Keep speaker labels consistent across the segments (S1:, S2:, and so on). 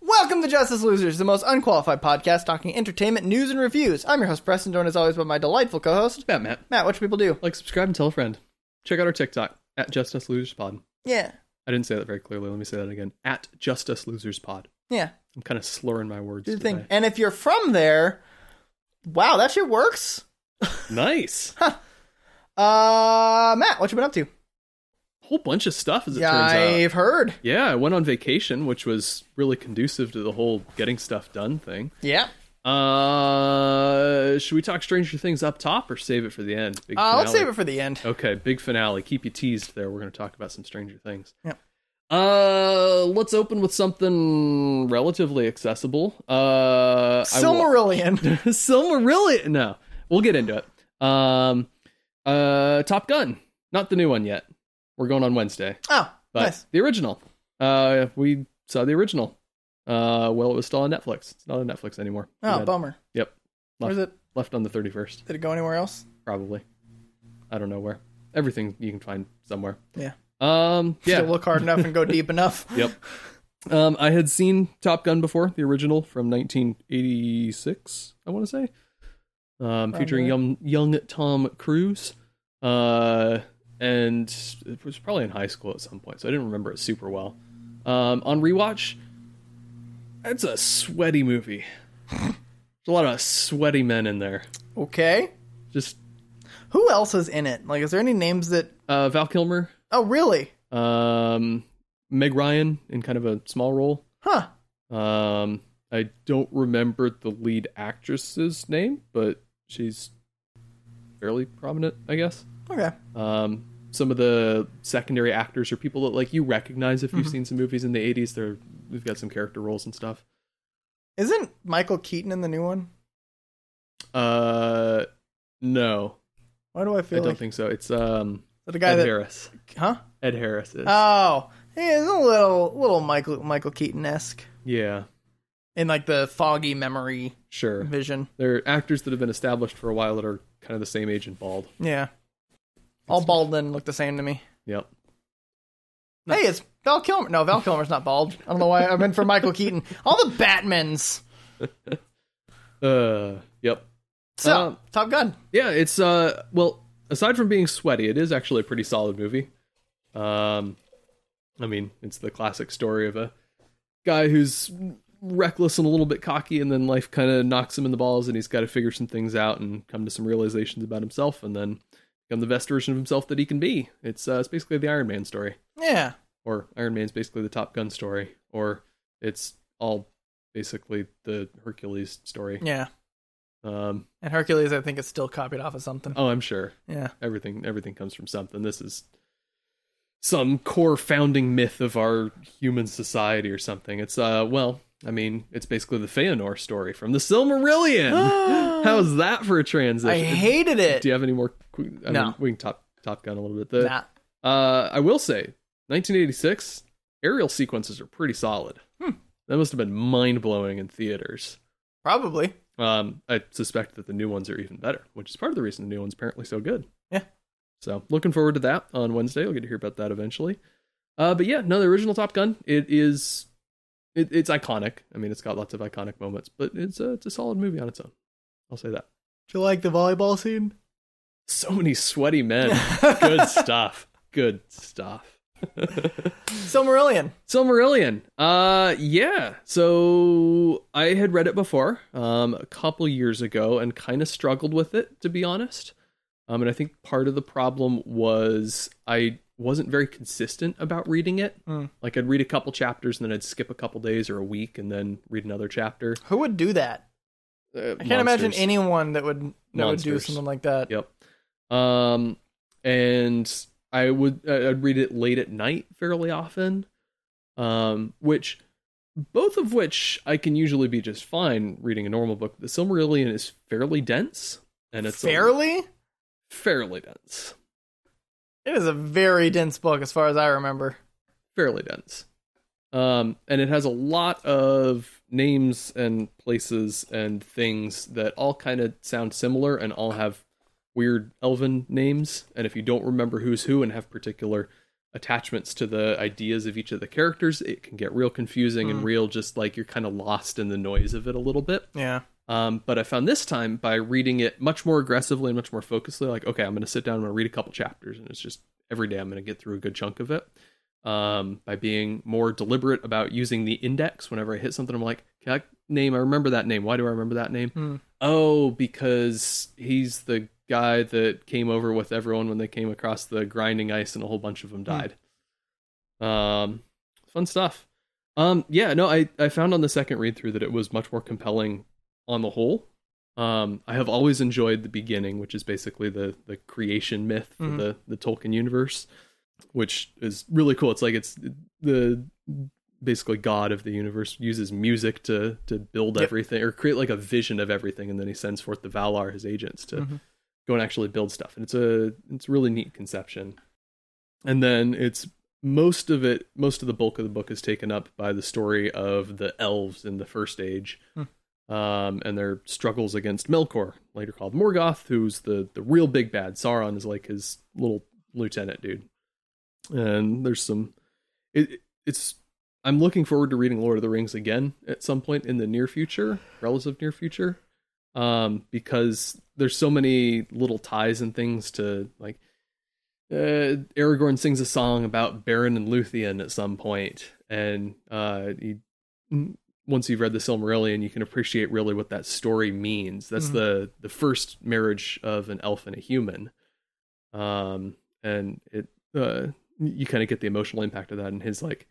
S1: Welcome to Justice Losers, the most unqualified podcast talking entertainment, news, and reviews. I'm your host, Preston, joined as always by my delightful co host,
S2: Matt, Matt.
S1: Matt. What should people do?
S2: Like, subscribe, and tell a friend. Check out our TikTok at Justice Losers Pod.
S1: Yeah.
S2: I didn't say that very clearly. Let me say that again. At Justice Losers Pod.
S1: Yeah.
S2: I'm kind of slurring my words.
S1: Do the thing.
S2: today.
S1: And if you're from there, wow, that shit works.
S2: Nice.
S1: Uh, Matt, what you been up to?
S2: Whole bunch of stuff as it
S1: Yeah,
S2: turns out.
S1: I've heard.
S2: Yeah, I went on vacation, which was really conducive to the whole getting stuff done thing.
S1: Yeah.
S2: Uh, should we talk Stranger Things up top or save it for the end? Big
S1: Uh, let's
S2: finale.
S1: save it for the end.
S2: Okay, big finale. Keep you teased there. We're going to talk about some Stranger Things.
S1: Yep.
S2: Uh, let's open with something relatively accessible. Uh, I wa-
S1: Silmarillion.
S2: Silmarillion. No, we'll get into it. Um, uh, Top Gun, not the new one yet. We're going on Wednesday,
S1: Oh,
S2: but
S1: nice.
S2: the original. Uh, we saw the original. Uh, well, it was still on Netflix. It's not on Netflix anymore. Too
S1: Oh,
S2: bad.
S1: bummer.
S2: Yep,
S1: Where's it?
S2: left on the thirty first
S1: Did it go anywhere else?
S2: probably. I don't know where. Everything you can find somewhere.
S1: Yeah.
S2: Um.
S1: Did
S2: Yeah.
S1: it look hard enough and go deep enough?
S2: yep. Um. I had seen Top Gun before, the original from 1986. I want to say, um, featuring young young Tom Cruise. Uh, and it was probably in high school at some point, so I didn't remember it super well. Um, on rewatch, it's a sweaty movie. There's a lot of sweaty men in there.
S1: Okay.
S2: Just
S1: Who else is in it? Like, is there any names that.
S2: uh, Val Kilmer,
S1: Oh, really?
S2: um, Meg Ryan in kind of a small role.
S1: Huh.
S2: Um, I don't remember the lead actress's name, but she's fairly prominent, I guess.
S1: Okay.
S2: Um, some of the secondary actors are people that like you recognize if you've
S1: Mm-hmm.
S2: seen some movies in the '80s. They're we've got some character roles and stuff.
S1: Isn't Michael Keaton in the new one?
S2: Uh, no,
S1: Why do I
S2: I
S1: feel
S2: don't
S1: like
S2: think so. It's um
S1: the guy
S2: Ed
S1: that
S2: Harris.
S1: huh?
S2: Ed Harris is
S1: Oh, he's a little little Michael Michael Keaton esque
S2: yeah,
S1: in like the foggy memory
S2: sure.
S1: vision.
S2: They're actors that have been established for a while that are kind of the same age and bald.
S1: Yeah, all bald men look the same to me.
S2: Yep.
S1: Hey, it's Val Kilmer. No, Val Kilmer's not bald. I don't know why I meant for Michael Keaton. All the Batmans.
S2: Uh, yep.
S1: So
S2: Um,
S1: Top Gun.
S2: Yeah, it's uh well, aside from being sweaty, it is actually a pretty solid movie. Um I mean, it's the classic story of a guy who's reckless and a little bit cocky and then life kind of knocks him in the balls and he's got to figure some things out and come to some realizations about himself and then become the best version of himself that he can be. It's uh it's basically the Iron Man story
S1: Yeah,
S2: or Iron Man's basically the Top Gun story or it's all basically the Hercules story.
S1: yeah.
S2: Um
S1: And Hercules, I think, is still copied off of something.
S2: oh, I'm sure.
S1: Yeah,
S2: everything everything comes from something this is some core founding myth of our human society or something it's uh well i mean it's basically the feanor story from the silmarillion how's that for a transition
S1: I hated it.
S2: do you have any more qu- I
S1: No.
S2: mean, we can top top gun a little bit the,
S1: Nah.
S2: uh i will say 1986 aerial sequences are pretty solid
S1: Hmm.
S2: that must have been mind-blowing in theaters
S1: Probably.
S2: um, I suspect that the new ones are even better, which is part of the reason the new one's apparently so good.
S1: Yeah.
S2: So looking forward to that on Wednesday. We'll get to hear about that eventually. Uh, but yeah, no, the original Top Gun. It is, it, it's iconic. I mean, it's got lots of iconic moments, but it's a it's a solid movie on its own. I'll say that.
S1: Do you like the volleyball scene?
S2: So many sweaty men. good stuff. Good stuff.
S1: Silmarillion.
S2: Silmarillion. Uh, yeah. So I had read it before, um, a couple years ago, and kind of struggled with it to be honest. Um, and I think part of the problem was I wasn't very consistent about reading it.
S1: Mm.
S2: Like I'd read a couple chapters and then I'd skip a couple days or a week and then read another chapter.
S1: Who would do that?
S2: Uh,
S1: I can't imagine anyone that would that would do
S2: Monsters.
S1: something like that.
S2: Yep. Um, and I would I- I'd read it late at night fairly often, um, which both of which I can usually be just fine reading a normal book. The Silmarillion is fairly dense, and it's a-
S1: Fairly,
S2: fairly dense,
S1: it is a very dense book as far as I remember.
S2: fairly dense. Um, and it has a lot of names and places and things that all kind of sound similar and all have weird elven names. And if you don't remember who's who and have particular attachments to the ideas of each of the characters, it can get real confusing and real just like you're kind of lost in the noise of it a little bit.
S1: Yeah.
S2: Um, but I found this time by reading it much more aggressively and much more focusedly, like, okay, I'm going to sit down, I'm going to read a couple chapters, and it's just every day I'm going to get through a good chunk of it. Um, by being more deliberate about using the index whenever I hit something, I'm like, okay, that name, I remember that name. Why do I remember that name?
S1: Hmm.
S2: Oh, because he's the guy that came over with everyone when they came across the grinding ice and a whole bunch of them died. Um, fun stuff. Um, yeah, no, I, I found on the second read through that it was much more compelling on the whole. Um, I have always enjoyed the beginning, which is basically the the creation myth for
S1: Mhm.
S2: the the Tolkien universe, which is really cool. It's like it's the basically God of the universe uses music to to build
S1: Yep.
S2: everything or create like a vision of everything, and then he sends forth the Valar, his agents, to
S1: Mhm.
S2: go and actually build stuff. And it's a it's a really neat conception. And then it's most of it, most of the bulk of the book is taken up by the story of the elves in the First Age, um, and their struggles against Melkor, later called Morgoth, who's the the real big bad. Sauron is like his little lieutenant dude. And there's some, it, it's. I'm looking forward to reading Lord of the Rings again at some point in the near future, relative near future, um, because there's so many little ties and things to like. Uh, Aragorn sings a song about Baron and Luthien at some point, and uh, he once you've read the Silmarillion, you can appreciate really what that story means. That's
S1: Mhm.
S2: the the first marriage of an elf and a human, um, and it uh, you kind of get the emotional impact of that. And his like,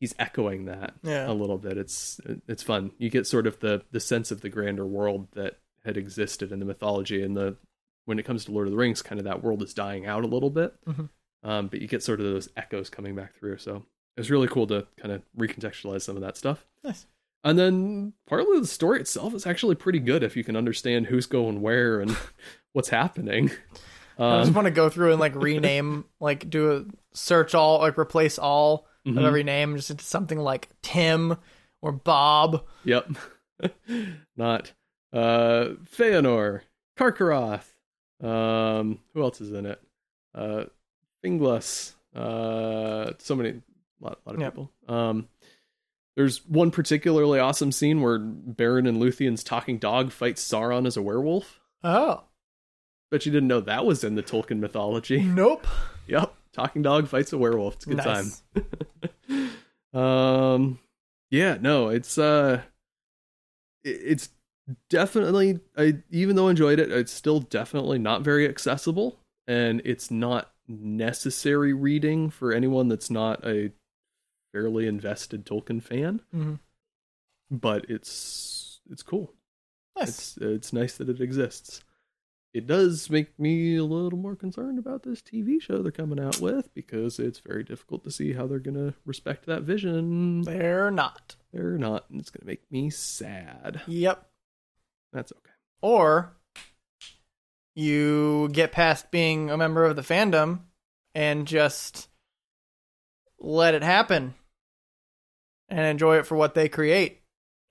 S2: he's echoing that a
S1: Yeah.
S2: little bit. It's it's fun. You get sort of the the sense of the grander world that had existed in the mythology and the when it comes to Lord of the Rings, kind of that world is dying out a little bit.
S1: Mhm.
S2: Um, but you get sort of those echoes coming back through. So it's really cool to kind of recontextualize some of that stuff.
S1: Nice.
S2: And then partly the story itself is actually pretty good if you can understand who's going where and what's happening.
S1: I just
S2: Um,
S1: want to go through and like rename, like do a search all, like replace all of
S2: mhm.
S1: every name just into something like Tim or Bob.
S2: Yep. Not uh Feanor, Karkaroth. Um who else is in it? Uh Finglas. Uh so many lot lot of
S1: Yep.
S2: people. Um there's one particularly awesome scene where Baron and Luthien's talking dog fights Sauron as a werewolf.
S1: Oh,
S2: Bet you didn't know that was in the Tolkien mythology.
S1: nope.
S2: yep. Talking dog fights a werewolf. It's a good
S1: nice.
S2: time. um yeah no it's uh it- it's definitely i even though i enjoyed it it's still definitely not very accessible and it's not necessary reading for anyone that's not a fairly invested tolkien fan
S1: Mhm.
S2: but it's it's cool
S1: Nice.
S2: it's uh, it's nice that it exists it does make me a little more concerned about this TV show they're coming out with because it's very difficult to see how they're going to respect that vision.
S1: They're not.
S2: They're not, and it's going to make me sad.
S1: Yep.
S2: That's okay.
S1: Or you get past being a member of the fandom and just let it happen and enjoy it for what they create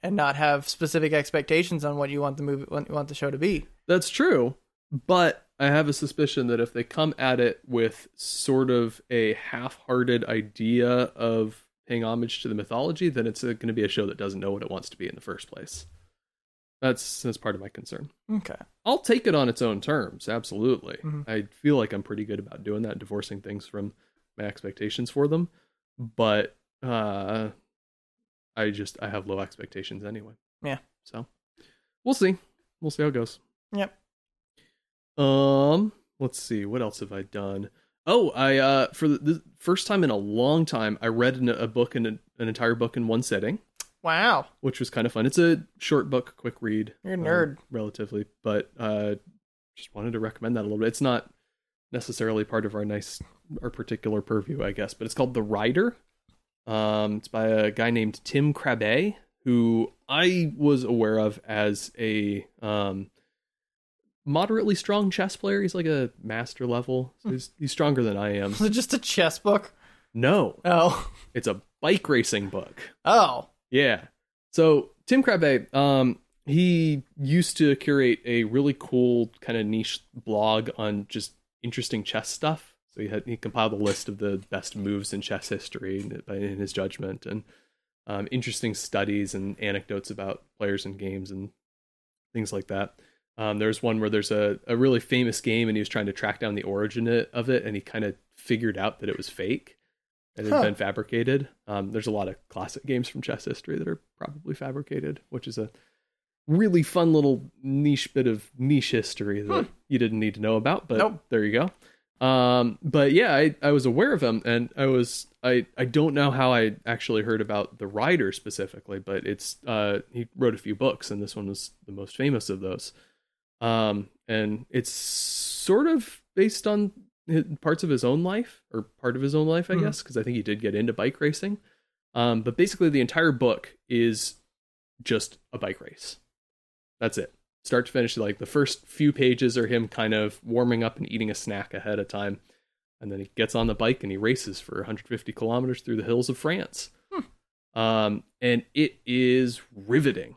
S1: and not have specific expectations on what you want the movie what you want the show to be.
S2: That's true, but I have a suspicion that if they come at it with sort of a half-hearted idea of paying homage to the mythology, then it's going to be a show that doesn't know what it wants to be in the first place. That's that's part of my concern.
S1: Okay.
S2: I'll take it on its own terms. Absolutely.
S1: Mhm.
S2: I feel like I'm pretty good about doing that, divorcing things from my expectations for them. But uh I just I have low expectations anyway.
S1: Yeah.
S2: So we'll see. We'll see how it goes.
S1: Yep.
S2: Um, let's see. What else have I done? Oh, I uh for the, the first time in a long time, I read an, a book in an an entire book in one sitting
S1: Wow.
S2: which was kind of fun. It's a short book, quick read.
S1: You're a
S2: um,
S1: nerd.
S2: relatively, but uh, just wanted to recommend that a little bit. It's not necessarily part of our nice, our particular purview, I guess, but it's called The Rider. Um, it's by a guy named Tim Crabbe, who I was aware of as a um, moderately strong chess player. He's like a master level.
S1: Hmm.
S2: So he's, he's stronger than I am.
S1: Is it just a chess book?
S2: No,
S1: Oh.
S2: it's a bike racing book.
S1: Oh.
S2: Yeah. So Tim Crabbe, um, he used to curate a really cool kind of niche blog on just interesting chess stuff. So So he had he compiled a list of the best moves in chess history in in his judgment, and um, interesting studies and anecdotes about players and games and things like that. Um, there's one where there's a, a really famous game, and he was trying to track down the origin it- of it, and he kind of figured out that it was fake. It had
S1: Huh.
S2: been fabricated. Um, there's a lot of classic games from chess history that are probably fabricated, which is a really fun little niche bit of niche history that you didn't need to know about. But
S1: Hmm. Nope.
S2: there you go um but yeah I, I was aware of him and i was i i don't know how i actually heard about the writer specifically but it's uh he wrote a few books and this one was the most famous of those um and it's sort of based on hi- parts of his own life or part of his own life i
S1: Hmm.
S2: guess because i think he did get into bike racing um but basically the entire book is just a bike race that's it start to finish like the first few pages are him kind of warming up and eating a snack ahead of time and then he gets on the bike and he races for 150 kilometers through the hills of france um, and it is riveting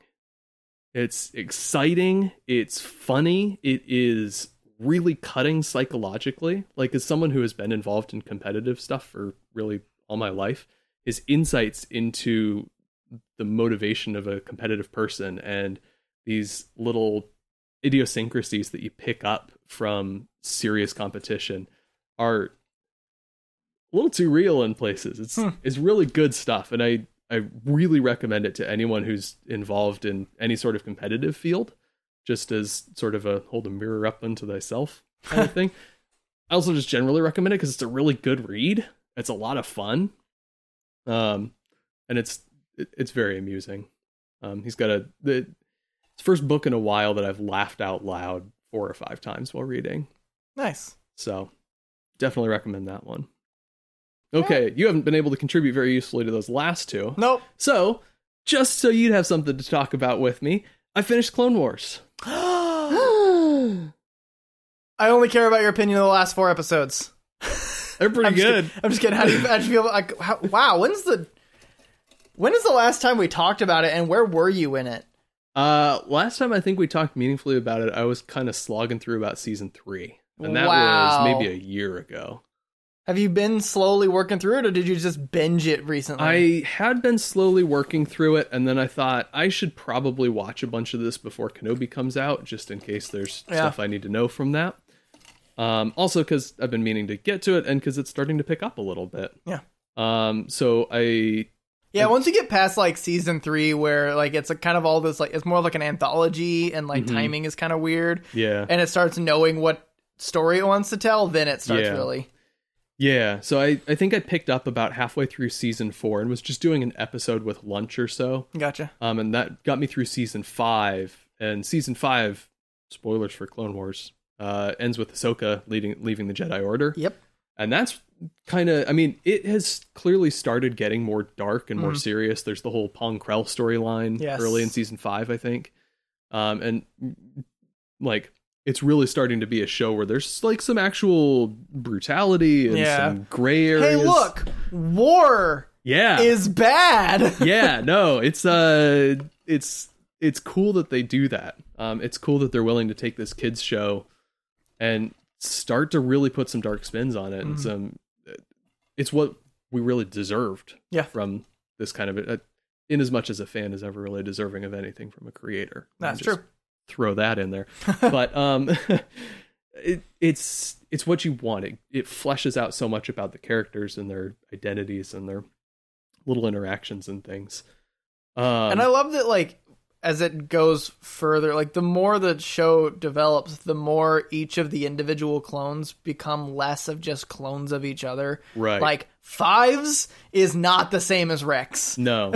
S2: it's exciting it's funny it is really cutting psychologically like as someone who has been involved in competitive stuff for really all my life his insights into the motivation of a competitive person and these little idiosyncrasies that you pick up from serious competition are a little too real in places. It's
S1: Hmm.
S2: it's really good stuff, and I I really recommend it to anyone who's involved in any sort of competitive field, just as sort of a hold a mirror up unto thyself kind of thing. I also just generally recommend it because it's a really good read. It's a lot of fun, um, and it's it, it's very amusing. Um, he's got a the it's the first book in a while that I've laughed out loud four or five times while reading.
S1: Nice.
S2: So definitely recommend that one. Okay, you haven't been able to contribute very usefully to those last two.
S1: Nope.
S2: So, just so you'd have something to talk about with me, I finished Clone Wars.
S1: I only care about your opinion of the last four episodes.
S2: They're pretty
S1: I'm just
S2: good.
S1: kidding. I'm just kidding. How do you, how do you feel? Like, how, wow. When's the when is the last time we talked about it, and where were you in it?
S2: Uh, last time I think we talked meaningfully about it, I was kind of slogging through about season three. And that
S1: Wow.
S2: was maybe a year ago.
S1: Have you been slowly working through it, or did you just binge it recently?
S2: I had been slowly working through it, and then I thought I should probably watch a bunch of this before Kenobi comes out, just in case there's
S1: Yeah.
S2: stuff I need to know from that. Um, also, because I've been meaning to get to it, and because it's starting to pick up a little bit.
S1: Yeah.
S2: Um. So I
S1: Yeah, once you get past like season three, where like it's a kind of all this like it's more like an anthology, and like
S2: Mhm.
S1: timing is kind of weird,
S2: yeah
S1: and it starts knowing what story it wants to tell, then it starts
S2: Yeah.
S1: really.
S2: yeah. So I I think I picked up about halfway through season four and was just doing an episode with lunch or so.
S1: Gotcha.
S2: Um, and that got me through season five. And season five, spoilers for Clone Wars, uh, ends with Ahsoka leading leaving the Jedi Order.
S1: Yep.
S2: and that's kind of i mean it has clearly started getting more dark and more
S1: Mhm.
S2: serious there's the whole pong krell storyline
S1: Yes.
S2: early in season five i think um and like it's really starting to be a show where there's like some actual brutality and
S1: Yeah.
S2: some gray
S1: Hey,
S2: areas
S1: look, war
S2: yeah
S1: is bad.
S2: yeah no it's uh it's it's cool that they do that um it's cool that they're willing to take this kids show and start to really put some dark spins on it and
S1: Mhm.
S2: some uh, it's what we really deserved
S1: Yeah.
S2: from this kind of uh, in as much as a fan is ever really deserving of anything from a creator
S1: That's
S2: Just
S1: true.
S2: throw that in there but um it, it's it's what you want it, it fleshes out so much about the characters and their identities and their little interactions and things um
S1: and I love that, like, as it goes further, like, the more the show develops, the more each of the individual clones become less of just clones of each other.
S2: right
S1: Like, Fives is not the same as Rex.
S2: no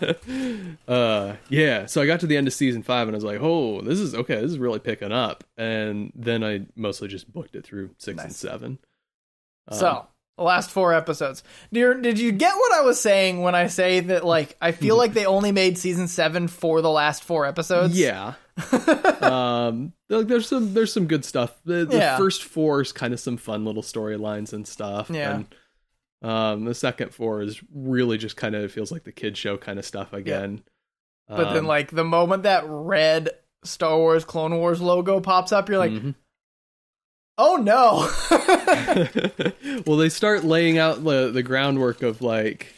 S2: uh yeah so i got to the end of season five and i was like oh this is okay this is really picking up and then i mostly just booked it through six and
S1: Nice.
S2: seven Um,
S1: So, the last four episodes. Dear, did you get what I was saying when I say that, like, I
S2: Hmm.
S1: feel like they only made season seven for the last four episodes?
S2: Yeah. um, like, there's some there's some good stuff. The, the
S1: Yeah.
S2: first four is kind of some fun little storylines and stuff.
S1: Yeah.
S2: And, um, the second four is really just kind of feels like the kid show kind of stuff again. Um,
S1: But then, like, the moment that red
S2: Mm-hmm.
S1: Star Wars Clone Wars logo pops up, you're like,
S2: Mhm.
S1: oh no.
S2: well, they start laying out the the groundwork of like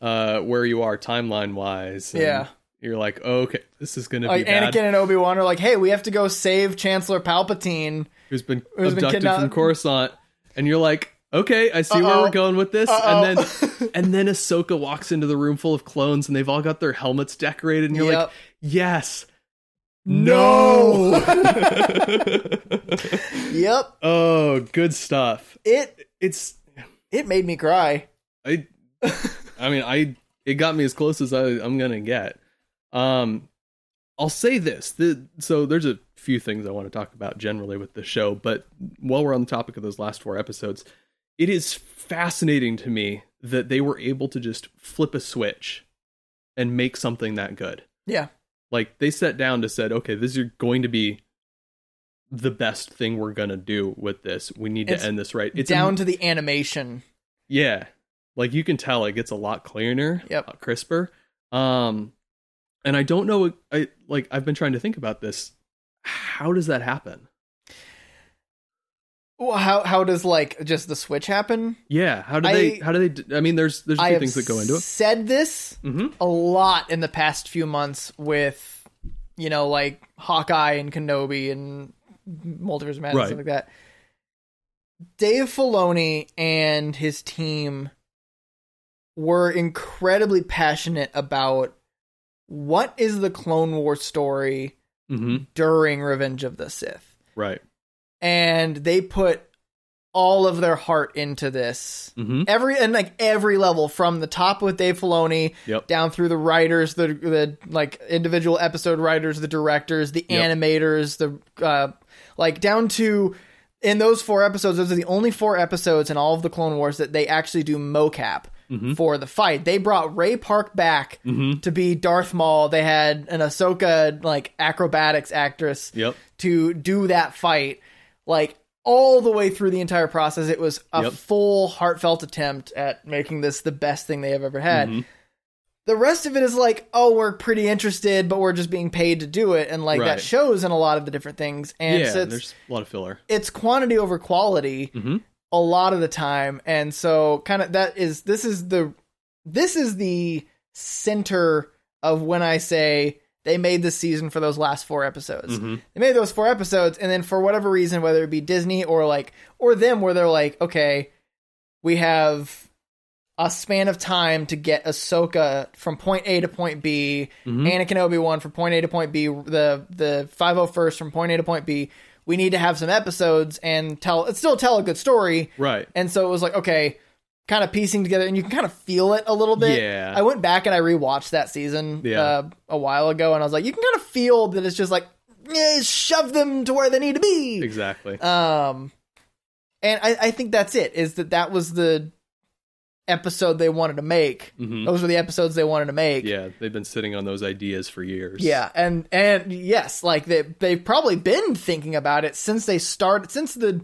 S2: uh where you are timeline wise.
S1: Yeah.
S2: You're like, oh, okay, this is gonna be
S1: Like
S2: bad.
S1: Anakin and Obi Wan are like, "Hey, we have to go save Chancellor Palpatine."
S2: who's been
S1: who's been
S2: abducted from
S1: kidnapped.
S2: Coruscant, and you're like, okay, I see where
S1: Uh-oh.
S2: we're going with this. And
S1: Uh-oh.
S2: then and then Ahsoka walks into the room full of clones, and they've all got their helmets decorated, and you're like,
S1: Yep.
S2: yes,
S1: yep,
S2: oh, good stuff.
S1: it
S2: It's
S1: it made me cry.
S2: I, I mean, I it got me as close as I, I'm gonna get. Um, I'll say this: the, so there's a few things I want to talk about generally with the show, but while we're on the topic of those last four episodes, it is fascinating to me that they were able to just flip a switch and make something that good.
S1: Yeah,
S2: Like they sat down to said, okay, this is going to be the best thing we're gonna do with this. We need
S1: It's
S2: to end this right.
S1: it's
S2: a-
S1: down to the animation.
S2: yeah. Like you can tell it gets a lot cleaner,
S1: Yep.
S2: a lot crisper. Um and I don't know I like I've been trying to think about this. How does that happen?
S1: Well, how how does like just the switch happen?
S2: Yeah, how do they
S1: I-
S2: how do they d- I mean there's there's a
S1: I
S2: few
S1: have
S2: things that go into it.
S1: said this
S2: Mhm.
S1: a lot in the past few months with you know like Hawkeye and Kenobi and Multiverse of Madness
S2: Right.
S1: stuff like that. Dave Filoni and his team were incredibly passionate about what is the Clone War story
S2: Mhm.
S1: during Revenge of the Sith,
S2: Right.
S1: and they put all of their heart into this
S2: Mhm.
S1: every and like every level from the top with Dave Filoni
S2: Yep.
S1: down through the writers, the the like individual episode writers, the directors, the
S2: Yep.
S1: animators, the uh, like down to in those four episodes. Those are the only four episodes in all of the Clone Wars that they actually do mocap
S2: Mhm.
S1: for the fight. They brought Ray Park back
S2: Mhm.
S1: to be Darth Maul. They had an Ahsoka like acrobatics actress
S2: Yep.
S1: to do that fight like all the way through the entire process it was a
S2: Yep.
S1: full heartfelt attempt at making this the best thing they have ever had
S2: Mm-hmm.
S1: the rest of it is like oh we're pretty interested but we're just being paid to do it and like
S2: Right.
S1: that shows in a lot of the different things and
S2: yeah,
S1: so it's,
S2: there's a lot of filler.
S1: it's quantity over quality
S2: Mhm.
S1: a lot of the time and so kind of that is this is the this is the center of when i say they made this season for those last four episodes
S2: Mhm.
S1: they made those four episodes and then for whatever reason whether it be disney or like or them where they're like okay we have a span of time to get Ahsoka from point A to point B,
S2: Mhm.
S1: Anakin Obi Wan from point A to point B, the the five hundred first from point A to point B. We need to have some episodes and tell it's still tell a good story,
S2: Right.
S1: and so it was like, okay, kind of piecing together, and you can kind of feel it a little bit.
S2: Yeah.
S1: I went back and I rewatched that season
S2: Yeah.
S1: uh, a while ago, and I was like, you can kind of feel that it's just like, eh, shove them to where they need to be.
S2: Exactly.
S1: Um, and I, I think that's it. Is that that was the episode they wanted to make?
S2: Mhm.
S1: Those were the episodes they wanted to make.
S2: Yeah, they've been sitting on those ideas for years.
S1: Yeah, and and yes, like they they've probably been thinking about it since they started since the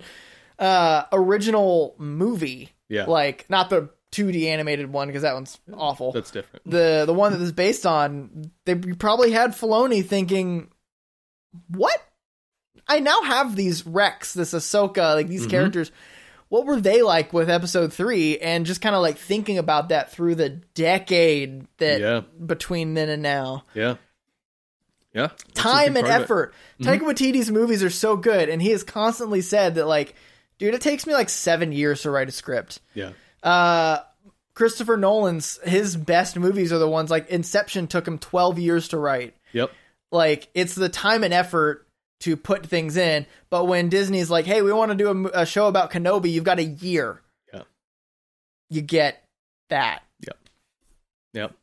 S1: uh original movie.
S2: Yeah.
S1: Like not the 2D animated one because that one's awful.
S2: That's different.
S1: the the one that is based on, they probably had Filoni thinking, "What? I now have these Rex, this Ahsoka, like these
S2: Mhm.
S1: characters. What were they like with Episode three? And just kind of like thinking about that through the decade that
S2: Yeah.
S1: between then and now,
S2: Yeah. Yeah. That's a big
S1: time and
S2: part of it. Mm-hmm.
S1: effort. Taika Waititi's movies are so good, and he has constantly said that like, dude, it takes me like seven years to write a script
S2: Yeah.
S1: uh Christopher Nolan's his best movies are the ones like Inception took him 12 years to write.
S2: Yep.
S1: Like it's the time and effort to put things in, but when Disney's like, "Hey, we want to do a, mo- a show about Kenobi, you've got a year."
S2: Yeah.
S1: You get that.
S2: Yep.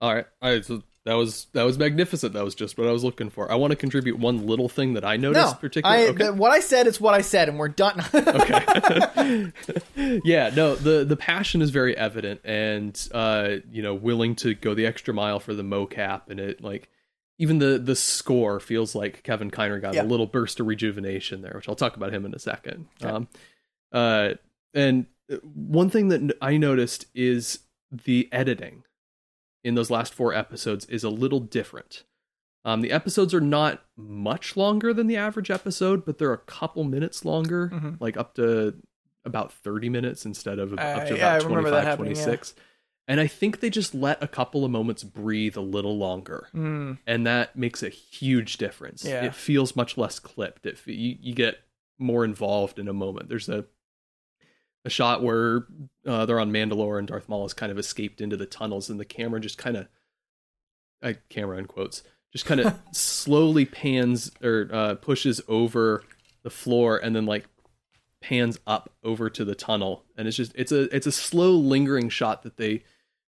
S2: All right. All right. So that was that was magnificent. That was just what I was looking for. I want to contribute one little thing that I noticed
S1: No.
S2: particularly.
S1: I
S2: okay.
S1: th- what I said is what I said and we're done.
S2: okay. yeah, no, the the passion is very evident and uh, you know, willing to go the extra mile for the mocap and it like even the the score feels like Kevin Kiner got
S1: Yeah.
S2: a little burst of rejuvenation there, which I'll talk about him in a second. Um uh and uh, one thing that n- I noticed is the editing in those last four episodes is a little different. Um, the episodes are not much longer than the average episode, but they're a couple minutes longer,
S1: Mhm.
S2: like up to about 30 minutes instead of up
S1: I-
S2: to
S1: Uh, yeah, I
S2: about
S1: remember that
S2: 25,
S1: happening, yeah.
S2: 26. And I think they just let a couple of moments breathe a little longer
S1: Mm,
S2: and that makes a huge difference.
S1: Yeah.
S2: It feels much less clipped. It fe- you, you get more involved in a moment. There's a a shot where uh, they're on Mandalore and Darth Maul has kind of escaped into the tunnels, and the camera just kind of, I camera in quotes, just kind of slowly pans or uh, pushes over the floor, and then like pans up over to the tunnel, and it's just it's a it's a slow lingering shot that they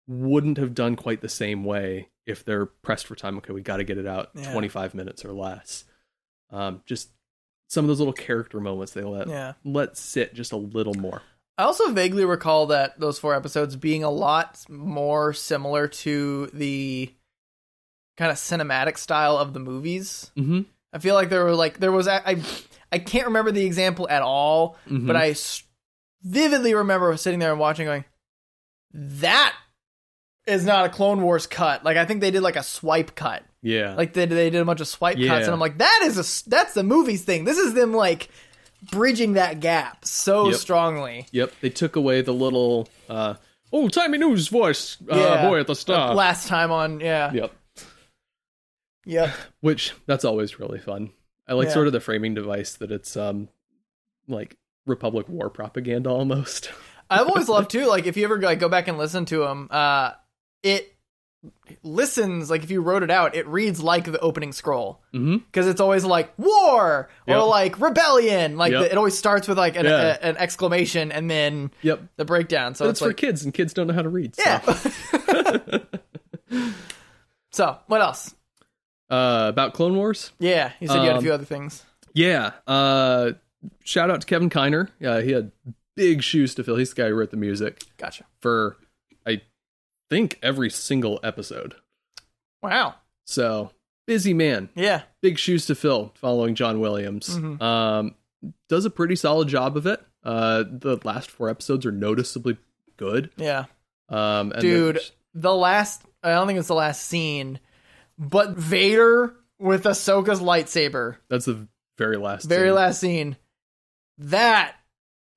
S2: wouldn't have done quite the same way if they're pressed for time. Okay, we got to get it out
S1: Yeah.
S2: 25 minutes or less. Um, just some of those little character moments they let
S1: yeah.
S2: let sit just a little more.
S1: I also vaguely recall that those four episodes being a lot more similar to the kind of cinematic style of the movies.
S2: Mm-hmm.
S1: I feel like there were like there was I I, I can't remember the example at all,
S2: Mm-hmm.
S1: but I s- vividly remember sitting there and watching, going, "That is not a Clone Wars cut." Like I think they did like a swipe cut,
S2: yeah,
S1: like they they did a bunch of swipe
S2: Yeah.
S1: cuts, and I'm like, "That is a s- that's the movies thing. This is them like bridging that gap so
S2: Yep.
S1: strongly."
S2: yep. They took away the little uh, old timey news voice uh,
S1: Yeah.
S2: boy at the star.
S1: Last time on, yeah,
S2: yep,
S1: yep.
S2: which that's always really fun. I like
S1: Yeah.
S2: sort of the framing device that it's um like Republic War propaganda almost.
S1: I've always loved too. Like if you ever like go back and listen to them, uh, it listens like if you wrote it out, it reads like the opening scroll
S2: mm-hmm.
S1: because it's always like war
S2: Yep.
S1: or like rebellion. Like
S2: Yep.
S1: the, it always starts with like an,
S2: Yeah.
S1: a, an exclamation and then
S2: Yep,
S1: the breakdown. So
S2: but
S1: it's
S2: it's for
S1: like
S2: kids, and kids don't know how to read. so.
S1: yeah. so what else?
S2: uh, about Clone Wars.
S1: Yeah, you said you had a
S2: Um,
S1: few other things.
S2: Yeah. Uh, shout out to Kevin Kiner. Uh, he had big shoes to fill. He's the guy who wrote the music
S1: Gotcha.
S2: for, I think, every single episode.
S1: Wow.
S2: So busy man,
S1: Yeah.
S2: big shoes to fill. Following John Williams,
S1: Mhm.
S2: um, does a pretty solid job of it. Uh, the last four episodes are noticeably good.
S1: Yeah.
S2: Um, and
S1: Dude.
S2: there's-
S1: the last I don't think it's the last scene, but Vader with Ahsoka's lightsaber,
S2: that's the very last.
S1: very
S2: scene.
S1: last scene. That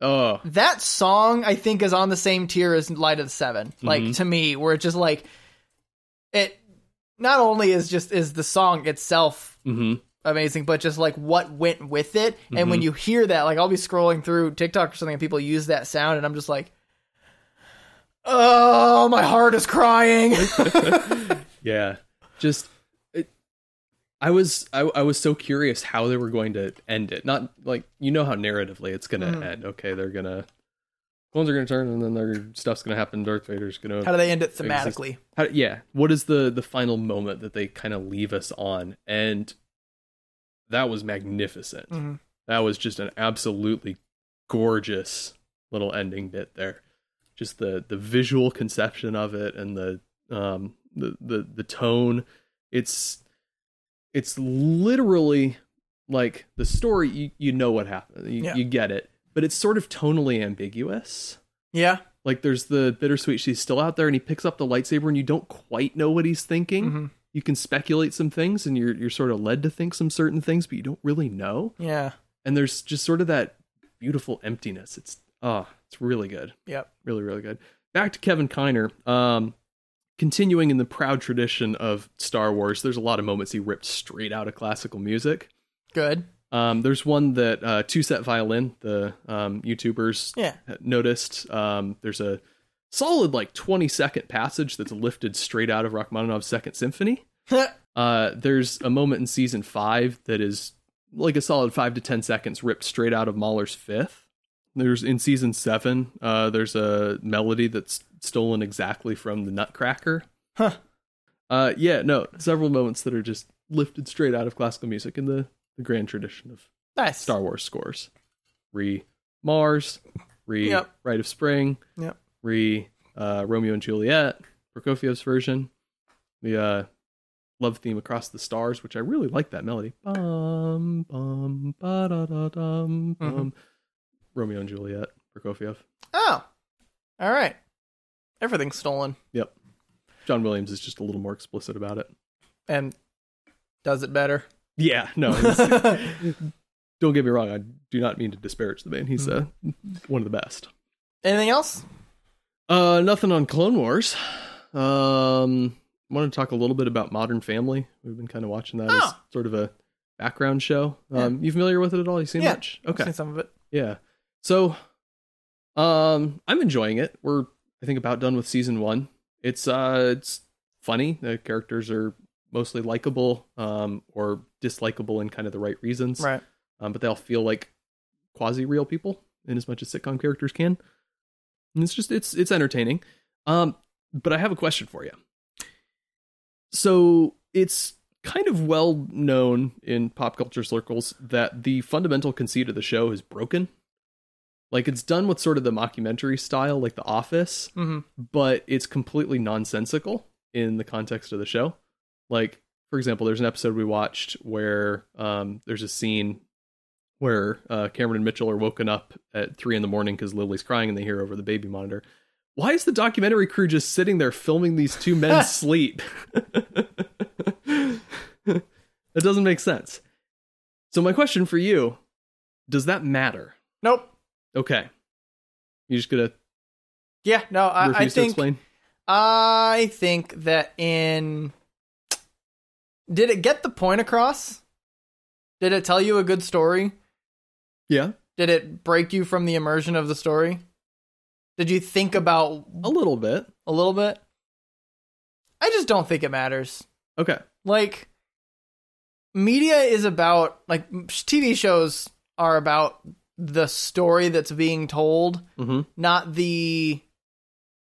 S2: Oh,
S1: that song I think is on the same tier as Light of the 7 Like
S2: Mhm.
S1: to me, where it's just like it not only is just is the song itself
S2: hmm
S1: amazing, but just like what went with it. And when you hear that, like I'll be scrolling through TikTok or something and people use that sound and I'm just like Oh, my heart is crying.
S2: Yeah. Just it, I was I, I was so curious how they were going to end it. Not like you know how narratively it's going to
S1: Mhm.
S2: end. Okay, they're going to clones are going to turn and then their stuff's going to happen. Darth Vader's going
S1: How do
S2: to
S1: they end it thematically?
S2: how, yeah. What is the the final moment that they kind of leave us on? And that was magnificent.
S1: Mhm.
S2: That was just an absolutely gorgeous little ending bit there. Just the the visual conception of it and the um the the, the tone. It's it's literally like the story you, you know what happened. You,
S1: Yeah.
S2: you get it. But it's sort of tonally ambiguous.
S1: Yeah.
S2: Like there's the bittersweet she's still out there and he picks up the lightsaber and you don't quite know what he's thinking.
S1: Mhm.
S2: You can speculate some things and you're you're sort of led to think some certain things, but you don't really know
S1: Yeah.
S2: and there's just sort of that beautiful emptiness. It's ah, it's really good,
S1: Yep.
S2: really really good. Back to Kevin Kiner. Um, continuing in the proud tradition of Star Wars, there's a lot of moments he ripped straight out of classical music.
S1: Good.
S2: Um, there's one that uh, Two Set Violin, the um, YouTubers
S1: Yeah.
S2: noticed. Um, there's a solid like 20 second passage that's lifted straight out of Rachmaninoff's Second Symphony. Uh, there's a moment in season five that is like a solid five to ten seconds ripped straight out of Mahler's fifth. There's in season seven, uh, there's a melody that's stolen exactly from the Nutcracker.
S1: Huh.
S2: Uh, yeah, no, several moments that are just lifted straight out of classical music in the, the grand tradition of
S1: nice.
S2: Star Wars scores. Re Mars, re
S1: Yep.
S2: Rite of Spring,
S1: Yep.
S2: re uh, Romeo and Juliet, Prokofiev's version, the uh, love theme across the stars, which I really like that melody. Bum bum ba da da dum
S1: Mm-hmm.
S2: bum. Romeo and Juliet, Prokofiev.
S1: Oh. All right. Everything's stolen.
S2: John Williams is just a little more explicit about it.
S1: And does it better.
S2: Yeah, no. it's- don't get me wrong. I do not mean to disparage the man. He's uh,
S1: Mm-hmm.
S2: one of the best.
S1: Anything else?
S2: Uh, nothing on Clone Wars. Um, want to talk a little bit about Modern Family. We've been kind of watching that as
S1: Oh.
S2: sort of a background show. Um, you familiar with it at all? You seen
S1: Yeah.
S2: much? Okay.
S1: I've seen some of it.
S2: Yeah. So um I'm enjoying it. We're I think about done with season 1. It's uh it's funny. The characters are mostly likable um or dislikable in kind of the right reasons.
S1: Right.
S2: Um but they all feel like quasi real people in as much as sitcom characters can. And it's just it's it's entertaining. Um but I have a question for you. So it's kind of well known in pop culture circles that the fundamental conceit of the show is broken. Like it's done with sort of the mockumentary style, like The Office,
S1: hmm
S2: but it's completely nonsensical in the context of the show. Like, for example, there's an episode we watched where um, there's a scene where uh, Cameron and Mitchell are woken up at three in the morning because Lily's crying and they hear over the baby monitor. Why is the documentary crew just sitting there filming these two men sleep? that doesn't make sense. So, my question for you does that matter?
S1: Nope.
S2: Okay. You just gonna
S1: Yeah. No. I, I
S2: refuse to
S1: think.
S2: explain?
S1: I think that in did it get the point across? Did it tell you a good story?
S2: Yeah.
S1: Did it break you from the immersion of the story? Did you think about
S2: A little bit.
S1: a little bit? I just don't think it matters.
S2: Okay.
S1: Like media is about like TV shows are about the story that's being told
S2: Mm-hmm.
S1: not the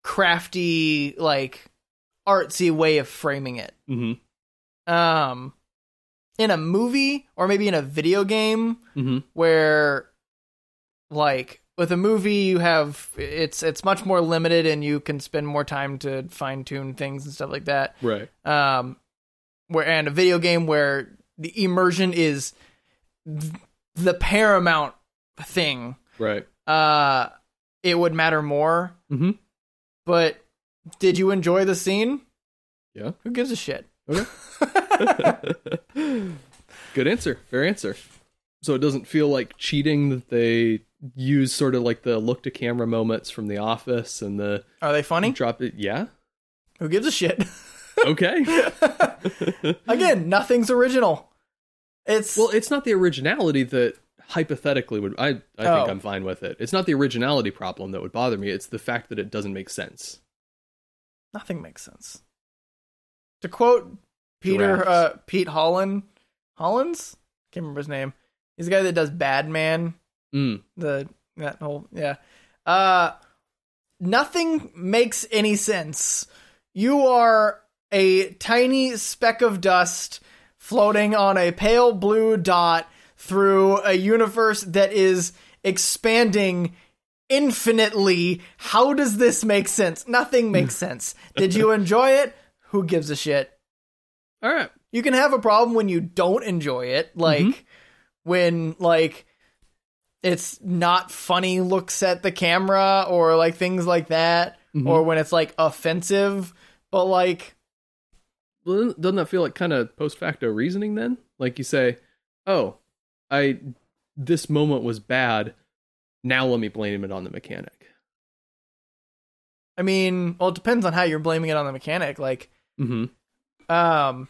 S1: crafty like artsy way of framing it
S2: Mm-hmm.
S1: um in a movie or maybe in a video game
S2: Mm-hmm.
S1: where like with a movie you have it's it's much more limited and you can spend more time to fine tune things and stuff like that
S2: Right.
S1: um where and a video game where the immersion is th- the paramount thing
S2: Right.
S1: uh it would matter more
S2: Mm-hmm.
S1: but did you enjoy the scene?
S2: Yeah.
S1: Who gives a shit?
S2: Okay. Good answer. Fair answer. So it doesn't feel like cheating that they use sort of like the look to camera moments from The Office and the
S1: Are they funny?
S2: drop it. Yeah.
S1: Who gives a shit?
S2: Okay.
S1: Again, nothing's original. It's
S2: well, it's not the originality that hypothetically would. I I think
S1: Oh.
S2: I'm fine with it. It's not the originality problem that would bother me. It's the fact that it doesn't make sense.
S1: nothing makes sense. To quote Peter
S2: Giraffes.
S1: uh, Pete Holland Hollins, can't remember his name. He's the guy that does Bad Man.
S2: Mm.
S1: The that whole yeah. Uh, nothing makes any sense. You are a tiny speck of dust floating on a pale blue dot through a universe that is expanding infinitely. How does this make sense? Nothing makes sense. Did you enjoy it? Who gives a shit?
S2: All right.
S1: You can have a problem when you don't enjoy it, like when like it's not funny looks at the camera or like things like that
S2: Mhm.
S1: or when it's like offensive, but like
S2: Well, doesn't- doesn't that feel like kind of post facto reasoning then? Like you say, "Oh, I this moment was bad. Now let me blame it on the mechanic."
S1: I mean, well it depends on how you're blaming it on the mechanic, like
S2: Mm-hmm.
S1: um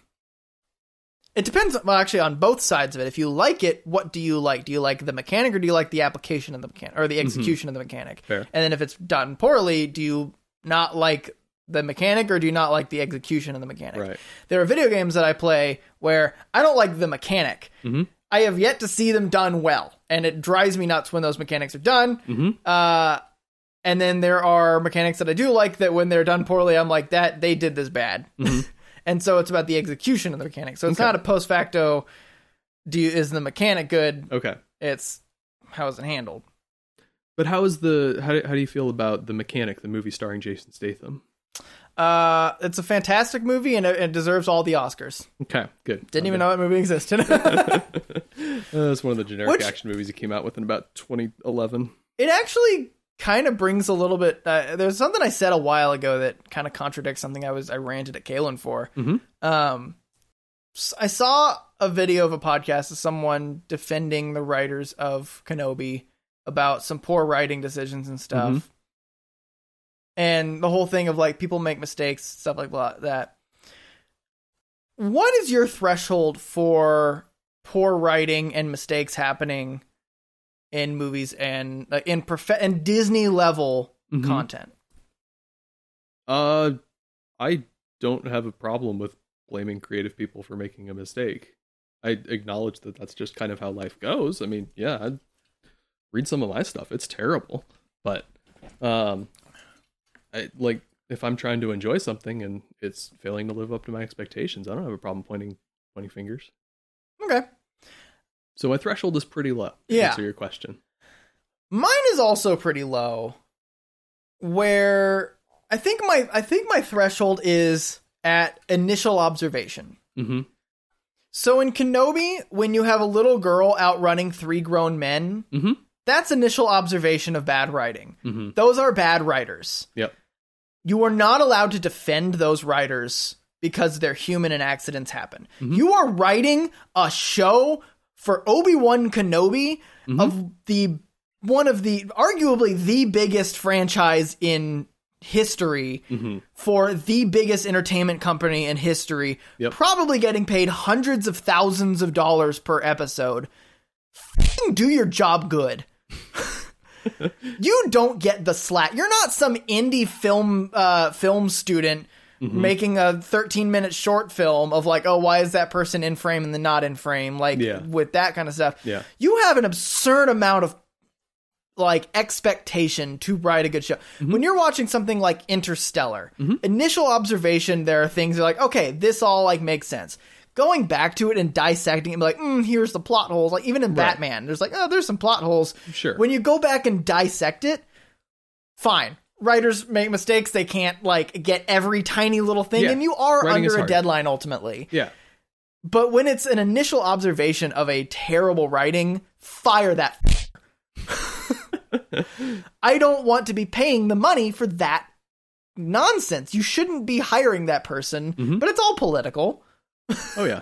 S1: it depends well actually on both sides of it. If you like it, what do you like? Do you like the mechanic or do you like the application of the mechanic or the execution of the mechanic?
S2: Mm-hmm. Fair.
S1: And then if it's done poorly, do you not like the mechanic or do you not like the execution of the mechanic?
S2: Right.
S1: There are video games that I play where I don't like the mechanic.
S2: Mhm.
S1: I have yet to see them done well, and it drives me nuts when those mechanics are done.
S2: Mhm.
S1: Uh, and then there are mechanics that I do like that when they're done poorly, I'm like, that they did this bad. and so it's about the execution of the mechanic. So it's
S2: Mm-hmm. Okay.
S1: not a post facto. Do you, is the mechanic good?
S2: Okay.
S1: It's how is it handled?
S2: But how is the how do, how do you feel about the mechanic, the movie starring Jason Statham?
S1: Uh, it's a fantastic movie and it, it deserves all the Oscars.
S2: Okay, good.
S1: Didn't even know that movie existed.
S2: Uh, that's one of the generic
S1: Which-
S2: action movies that came out with in about 2011.
S1: it actually kind of brings a little bit. Uh, there's something I said a while ago that kind of contradicts something I was I ranted at Kalen for.
S2: Mhm.
S1: Um, I saw a video of a podcast of someone defending the writers of Kenobi about some poor writing decisions and stuff.
S2: Mhm.
S1: And the whole thing of like people make mistakes, stuff like blah- that. What is your threshold for poor writing and mistakes happening in movies and like in prof- and Disney level
S2: Mhm.
S1: content?
S2: Uh, I don't have a problem with blaming creative people for making a mistake. I acknowledge that that's just kind of how life goes. I mean, yeah, I'd read some of my stuff. It's terrible, but um, I like if I'm trying to enjoy something and it's failing to live up to my expectations, I don't have a problem pointing pointing fingers.
S1: Okay.
S2: So my threshold is pretty low. to
S1: Yeah.
S2: answer your question.
S1: Mine is also pretty low. Where I think my I think my threshold is at initial observation.
S2: Mm-hmm.
S1: So in Kenobi, when you have a little girl outrunning three grown men,
S2: Mm-hmm.
S1: that's initial observation of bad writing.
S2: Mm-hmm.
S1: Those are bad writers.
S2: Yep.
S1: You are not allowed to defend those writers because they're human and accidents happen.
S2: Mhm.
S1: You are writing a show for Obi-Wan Kenobi
S2: Mhm.
S1: of the one of the arguably the biggest franchise in history
S2: Mm-hmm.
S1: for the biggest entertainment company in history,
S2: Yep.
S1: probably getting paid hundreds of thousands of dollars per episode. F***ing do your job good. you don't get the slack. You're not some indie film uh, film student
S2: Mm-hmm.
S1: making a 13 minute short film of like, oh, why is that person in frame and then not in frame? Like
S2: Yeah.
S1: with that kind of stuff.
S2: Yeah.
S1: You have an absurd amount of like expectation to write a good show.
S2: Mm-hmm.
S1: When you're watching something like Interstellar, initial observation, there are things that are like, okay, this all like makes sense. Going back to it and dissecting it, and be like, mm, here's the plot holes. Like even in Batman, there's like, oh, there's some plot holes.
S2: Sure.
S1: When you go back and dissect it, fine. Writers make mistakes; they can't like get every tiny little thing,
S2: Yeah.
S1: and you are
S2: Writing is
S1: under a
S2: hard.
S1: deadline ultimately.
S2: yeah.
S1: But when it's an initial observation of a terrible writing, fire that. I don't want to be paying the money for that nonsense. You shouldn't be hiring that person,
S2: Mm-hmm.
S1: but it's all political.
S2: Oh yeah.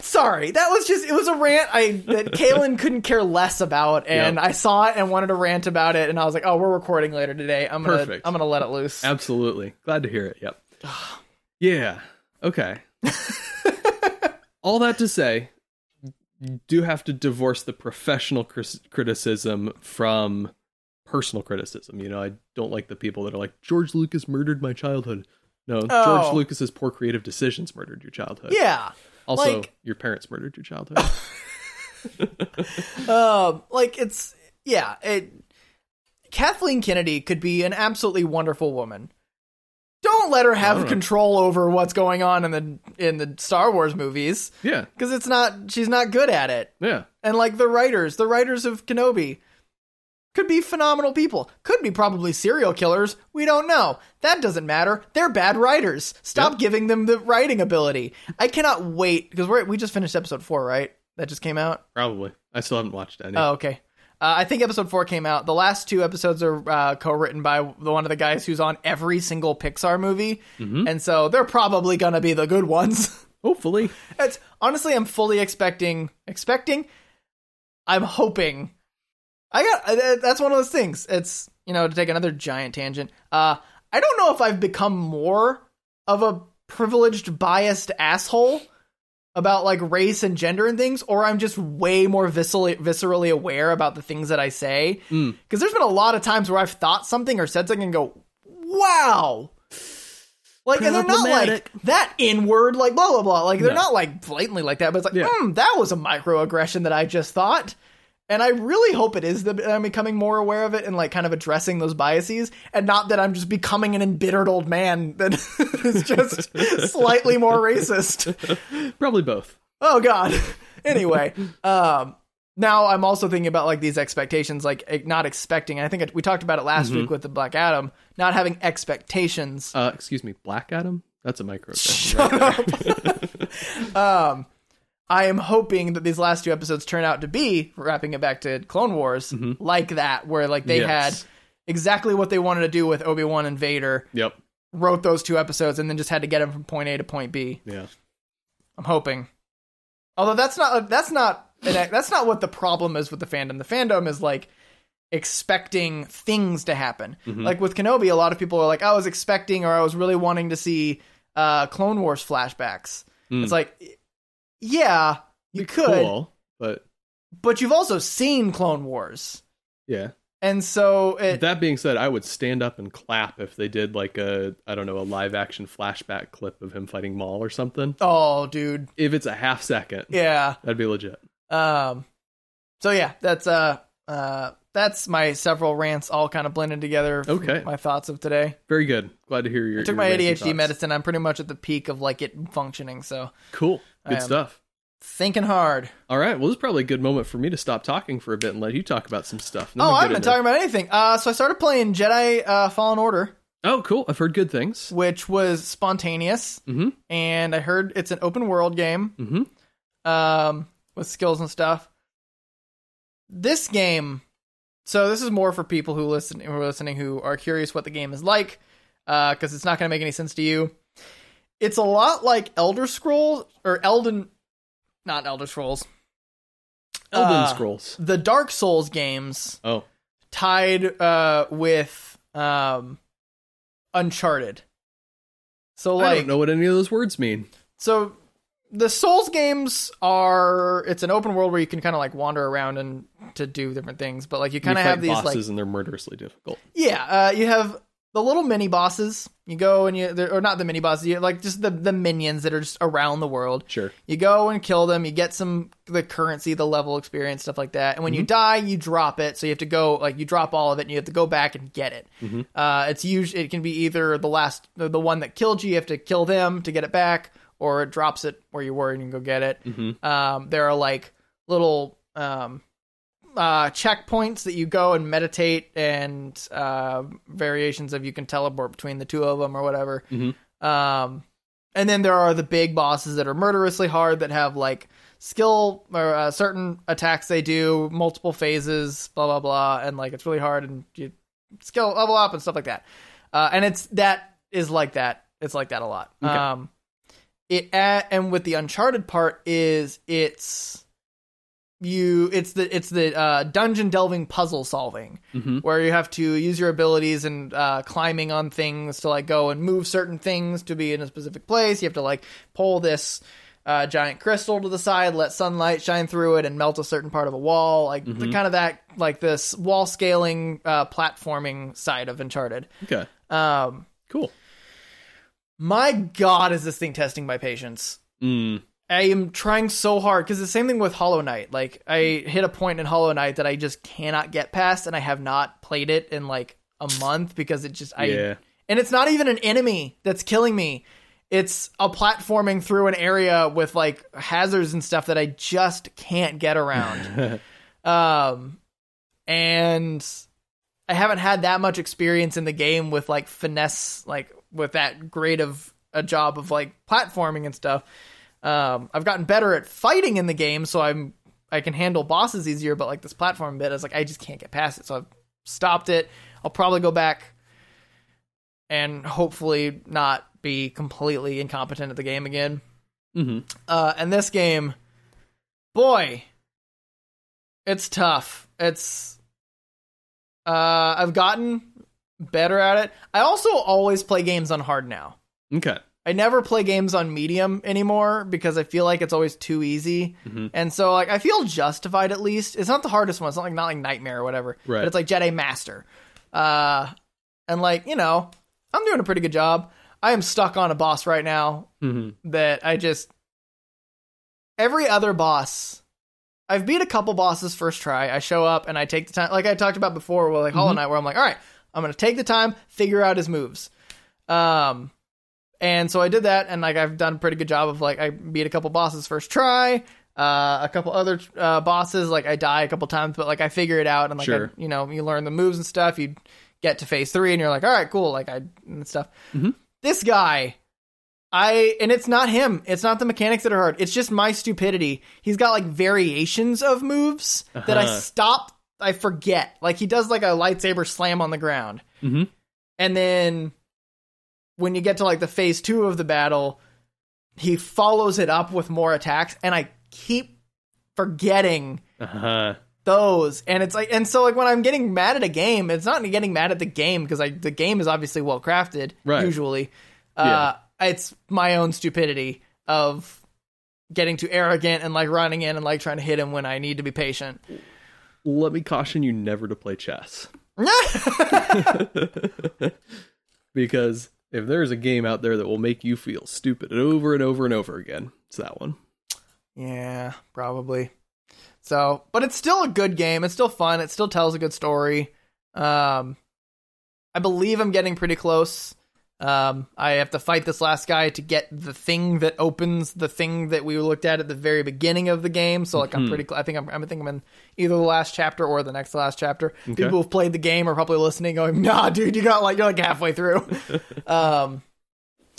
S1: Sorry, that was just it was a rant I that Kalen couldn't care less about and
S2: Yeah.
S1: I saw it and wanted to rant about it and I was like, "Oh, we're recording later today. I'm going to
S2: Perfect.
S1: I'm going to let it loose."
S2: Absolutely. Glad to hear it. Yep. yeah. Okay. All that to say, you do have to divorce the professional cris- criticism from personal criticism. You know, I don't like the people that are like George Lucas murdered my childhood. No,
S1: Oh.
S2: George Lucas's poor creative decisions murdered your childhood.
S1: yeah.
S2: also,
S1: like-
S2: your parents murdered your childhood.
S1: Um, like it's yeah, it Kathleen Kennedy could be an absolutely wonderful woman. Don't let her have
S2: Alright.
S1: control over what's going on in the in the Star Wars movies
S2: yeah.
S1: because it's not she's not good at it.
S2: Yeah.
S1: And like the writers, the writers of Kenobi could be phenomenal people. Could be probably serial killers. We don't know. That doesn't matter. They're bad writers. Stop
S2: Yep.
S1: giving them the writing ability. I cannot wait because we we just finished episode 4, right? That just came out.
S2: Probably. I still haven't watched any.
S1: Oh, okay. Uh, I think episode four came out. The last two episodes are uh, co-written by the one of the guys who's on every single Pixar movie, and so they're probably gonna be the good ones.
S2: Hopefully.
S1: it's honestly, I'm fully expecting, expecting, I'm hoping. I got uh, that's one of those things. It's you know to take another giant tangent. Uh, I don't know if I've become more of a privileged, biased asshole about like race and gender and things, or I'm just way more viscerally, viscerally aware about the things that I say. Because
S2: Mm.
S1: there's been a lot of times where I've thought something or said something and go, wow. Like, and they're not like
S2: Problematic.
S1: that inward, like blah, blah, blah. Like, they're
S2: No.
S1: not like blatantly like that, but it's like,
S2: Yeah.
S1: hmm, that was a microaggression that I just thought. And I really hope it is that I'm becoming more aware of it and like kind of addressing those biases, and not that I'm just becoming an embittered old man that is just slightly more racist.
S2: Probably both.
S1: Oh God. anyway, um, now I'm also thinking about like these expectations, like eh, not expecting. I think it- we talked about it last
S2: Mm-hmm.
S1: week with the Black Adam, not having expectations.
S2: Uh, excuse me, Black Adam? That's a micro.
S1: Shut up. um, I am hoping that these last two episodes turn out to be wrapping it back to Clone Wars, like that, where like they
S2: Mm-hmm. Yes.
S1: had exactly what they wanted to do with Obi Wan and Vader,
S2: Yep.
S1: wrote those two episodes, and then just had to get them from point A to point B.
S2: Yeah.
S1: I'm hoping. Although that's not that's not an, that's not what the problem is with the fandom. The fandom is like expecting things to happen.
S2: Mhm.
S1: Like with Kenobi, a lot of people are like, "I was expecting," or "I was really wanting to see uh, Clone Wars flashbacks."
S2: Mm.
S1: It's like, yeah, you could,
S2: cool, but
S1: but you've also seen Clone Wars,
S2: yeah.
S1: and so it,
S2: that being said, I would stand up and clap if they did like a I don't know a live action flashback clip of him fighting Maul or something.
S1: oh, dude,
S2: If it's a half second,
S1: yeah.
S2: that'd be legit.
S1: Um, so yeah, that's uh, uh, that's my several rants all kind of blended together. from
S2: Okay.
S1: my thoughts of today.
S2: Very good. Glad to hear your.
S1: I took
S2: your
S1: my
S2: ranty
S1: ADHD
S2: thoughts.
S1: medicine. I'm pretty much at the peak of like it functioning. So
S2: Cool.
S1: I
S2: Good
S1: am.
S2: stuff.
S1: thinking hard.
S2: All right. Well, this is probably a good moment for me to stop talking for a bit and let you talk about some stuff. and then
S1: oh,
S2: we'll
S1: I
S2: get
S1: haven't
S2: into-
S1: been talking about anything. Uh, so I started playing Jedi uh, Fallen Order,
S2: Oh, cool. I've heard good things.
S1: which was spontaneous,
S2: Mm-hmm.
S1: and I heard it's an open world game
S2: Mm-hmm.
S1: um, with skills and stuff. This game, so this is more for people who listen who are listening who are curious what the game is like, because it's not going to make any sense to you. It's a lot like Elder Scrolls or Elden, not Elder Scrolls,
S2: Elden
S1: Uh,
S2: Scrolls.
S1: the Dark Souls games
S2: Oh,
S1: tied uh, with um, Uncharted. So like,
S2: I don't know what any of those words mean.
S1: so the souls games are it's an open world where you can kind of like wander around and to do different things but like you kind
S2: You
S1: of
S2: fight
S1: have these
S2: bosses
S1: like
S2: and they're murderously difficult.
S1: yeah uh, you have the little mini bosses you go and you they're- or not the mini bosses you like just the the minions that are just around the world
S2: Sure.
S1: you go and kill them you get some the currency the level experience stuff like that and when you die you drop it so you have to go like you drop all of it and you have to go back and get it
S2: Mhm.
S1: uh, it's usually it can be either the last the the one that killed you you have to kill them to get it back or it drops it where you were and you can go get it
S2: Mm-hmm.
S1: um, there are like little um, uh, checkpoints that you go and meditate, and uh, variations of you can teleport between the two of them or whatever.
S2: Mhm.
S1: Um, and then there are the big bosses that are murderously hard that have like skill or uh, certain attacks they do, multiple phases, blah blah blah, and like it's really hard and you skill level up and stuff like that. Uh, and it's that is like that. It's like that a lot.
S2: Okay.
S1: Um, it a and with the Uncharted part is it's you it's the it's the uh, dungeon delving puzzle solving
S2: Mm-hmm.
S1: where you have to use your abilities and uh, climbing on things to like go and move certain things to be in a specific place. You have to like pull this uh, giant crystal to the side, let sunlight shine through it, and melt a certain part of a wall. Like the,
S2: Mhm.
S1: kind of that like this wall scaling uh, platforming side of Uncharted.
S2: Okay.
S1: Um,
S2: Cool.
S1: my God, is this thing testing my patience?
S2: Mm.
S1: I am trying so hard because the same thing with Hollow Knight. Like I hit a point in Hollow Knight that I just cannot get past, and I have not played it in like a month because it just I
S2: yeah.
S1: and it's not even an enemy that's killing me. It's a platforming through an area with like hazards and stuff that I just can't get around. um, and I haven't had that much experience in the game with like finesse, like with that great of a job of like platforming and stuff. Um, I've gotten better at fighting in the game, so I'm I can handle bosses easier. But like this platform bit, I was like I just can't get past it, so I've stopped it. I'll probably go back and hopefully not be completely incompetent at the game again.
S2: mm-hmm.
S1: Uh, and this game, boy, it's tough. It's uh, I've gotten better at it. I also always play games on hard now.
S2: Okay.
S1: I never play games on medium anymore because I feel like it's always too easy.
S2: Mhm.
S1: And so like I feel justified at least. It's not the hardest one. It's not like not like nightmare or whatever.
S2: Right.
S1: But it's like Jedi Master. Uh and like, you know, I'm doing a pretty good job. I am stuck on a boss right now
S2: Mm-hmm.
S1: that I just every other boss I've beat a couple bosses first try. I show up and I take the time like I talked about before with like Hollow Knight where I'm like, all right, I'm gonna take the time, figure out his moves. Um and so I did that and like I've done a pretty good job of like I beat a couple bosses first try. Uh, a couple other uh, bosses, like I die a couple times, but like I figure it out, and like I-
S2: Sure.
S1: you know, you learn the moves and stuff. You get to phase three, and you're like, all right, cool, like I and stuff.
S2: Mhm.
S1: This guy, I and it's not him. It's not the mechanics that are hard. It's just my stupidity. He's got like variations of moves that I
S2: Uh-huh.
S1: stop. I forget. Like he does like a lightsaber slam on the ground,
S2: Mm-hmm.
S1: and then when you get to like the phase two of the battle, he follows it up with more attacks, and I keep forgetting
S2: Uh-huh.
S1: those. And it's like, and so like when I'm getting mad at a game, it's not getting mad at the game because I the game is obviously well crafted.
S2: Right.
S1: Usually, uh, it's my own stupidity of getting too arrogant and like running in and like trying to hit him when I need to be patient.
S2: Let me caution you never to play chess. because if there's a game out there that will make you feel stupid over and over and over again, it's that one.
S1: Yeah, probably. So, but it's still a good game. It's still fun. It still tells a good story. Um, I believe I'm getting pretty close. Um, I have to fight this last guy to get the thing that opens the thing that we looked at at the very beginning of the game. So, like, I'm
S2: Mhm.
S1: pretty. Cl- I think I'm. I think I'm in either the last chapter or the next last chapter.
S2: Okay.
S1: People who've played the game are probably listening, going, "Nah, dude, you got like you're like halfway through." um,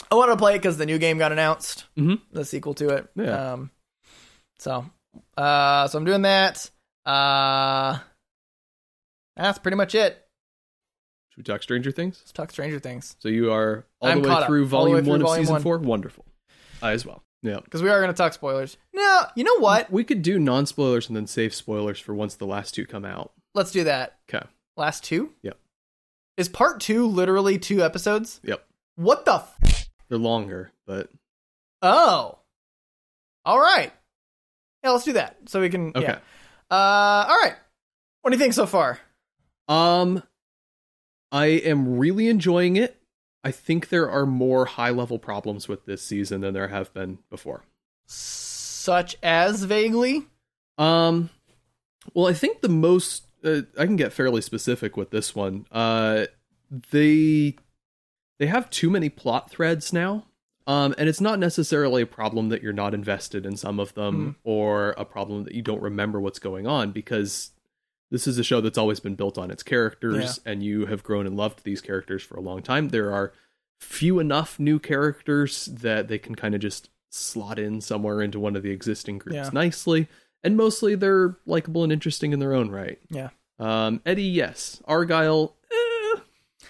S1: I want to play it because the new game got announced
S2: Mhm.
S1: the sequel to it.
S2: Yeah.
S1: Um, so, uh, so I'm doing that. Uh, that's pretty much it.
S2: Should we talk Stranger Things?
S1: Let's talk Stranger Things
S2: So you are all
S1: I'm
S2: the
S1: caught
S2: way
S1: up.
S2: through
S1: All the way
S2: volume
S1: through
S2: one of
S1: volume
S2: season
S1: one.
S2: four. Wonderful. I as well. Yeah.
S1: because we are going to talk spoilers. No, you know what?
S2: We could do non spoilers and then save spoilers for once the last two come out.
S1: Let's do that.
S2: Okay.
S1: Last two.
S2: Yep.
S1: Is part two literally two episodes?
S2: Yep.
S1: What the? F-
S2: They're longer, but
S1: oh. All right. Yeah, let's do that so we can.
S2: okay.
S1: Yeah. Uh, all right. What do you think so far?
S2: Um, I am really enjoying it. I think there are more high level problems with this season than there have been before.
S1: Such as vaguely.
S2: Um, well, I think the most uh, I can get fairly specific with this one. Uh, they they have too many plot threads now. Um, and it's not necessarily a problem that you're not invested in some of them or a problem that you don't remember what's going on because this is a show that's always been built on its characters and you have grown and loved these characters for a long time. There are few enough new characters that they can kind of just slot in somewhere into one of the existing groups
S1: Yeah.
S2: nicely. And mostly they're likable and interesting in their own right.
S1: Yeah.
S2: Um, Eddie, yes. Argyle, eh,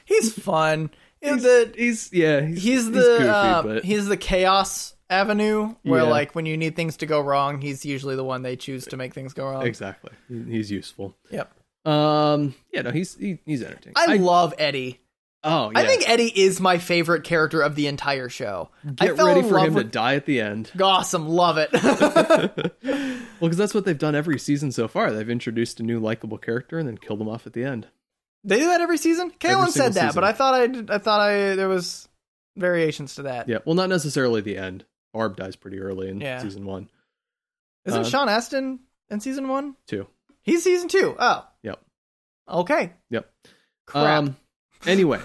S1: He's fun.
S2: He's-
S1: the
S2: he's yeah, he's,
S1: he's the
S2: goofy,
S1: uh,
S2: but
S1: he's the chaos avenue where
S2: Yeah.
S1: like when you need things to go wrong he's usually the one they choose to make things go wrong
S2: exactly He- he's useful.
S1: yep
S2: Um, yeah, no, he's he, he's entertaining.
S1: i, love eddie
S2: oh yeah,
S1: i think eddie is my favorite character of the entire show
S2: get
S1: i fell
S2: ready
S1: in
S2: for
S1: love
S2: him
S1: with
S2: to die at the end.
S1: awesome love it
S2: well, because that's what they've done every season so far. They've introduced a new likable character and then killed them off at the end.
S1: they do that every season kaylin
S2: single
S1: said that
S2: season.
S1: but i thought i did, i thought i there was variations to that
S2: Yeah, well, not necessarily the end. Barb dies pretty early in
S1: Yeah.
S2: season one.
S1: not
S2: Uh,
S1: sean astin in season one
S2: Two.
S1: he's season two. Oh.
S2: Yep.
S1: okay
S2: Yep.
S1: crap
S2: Um, anyway,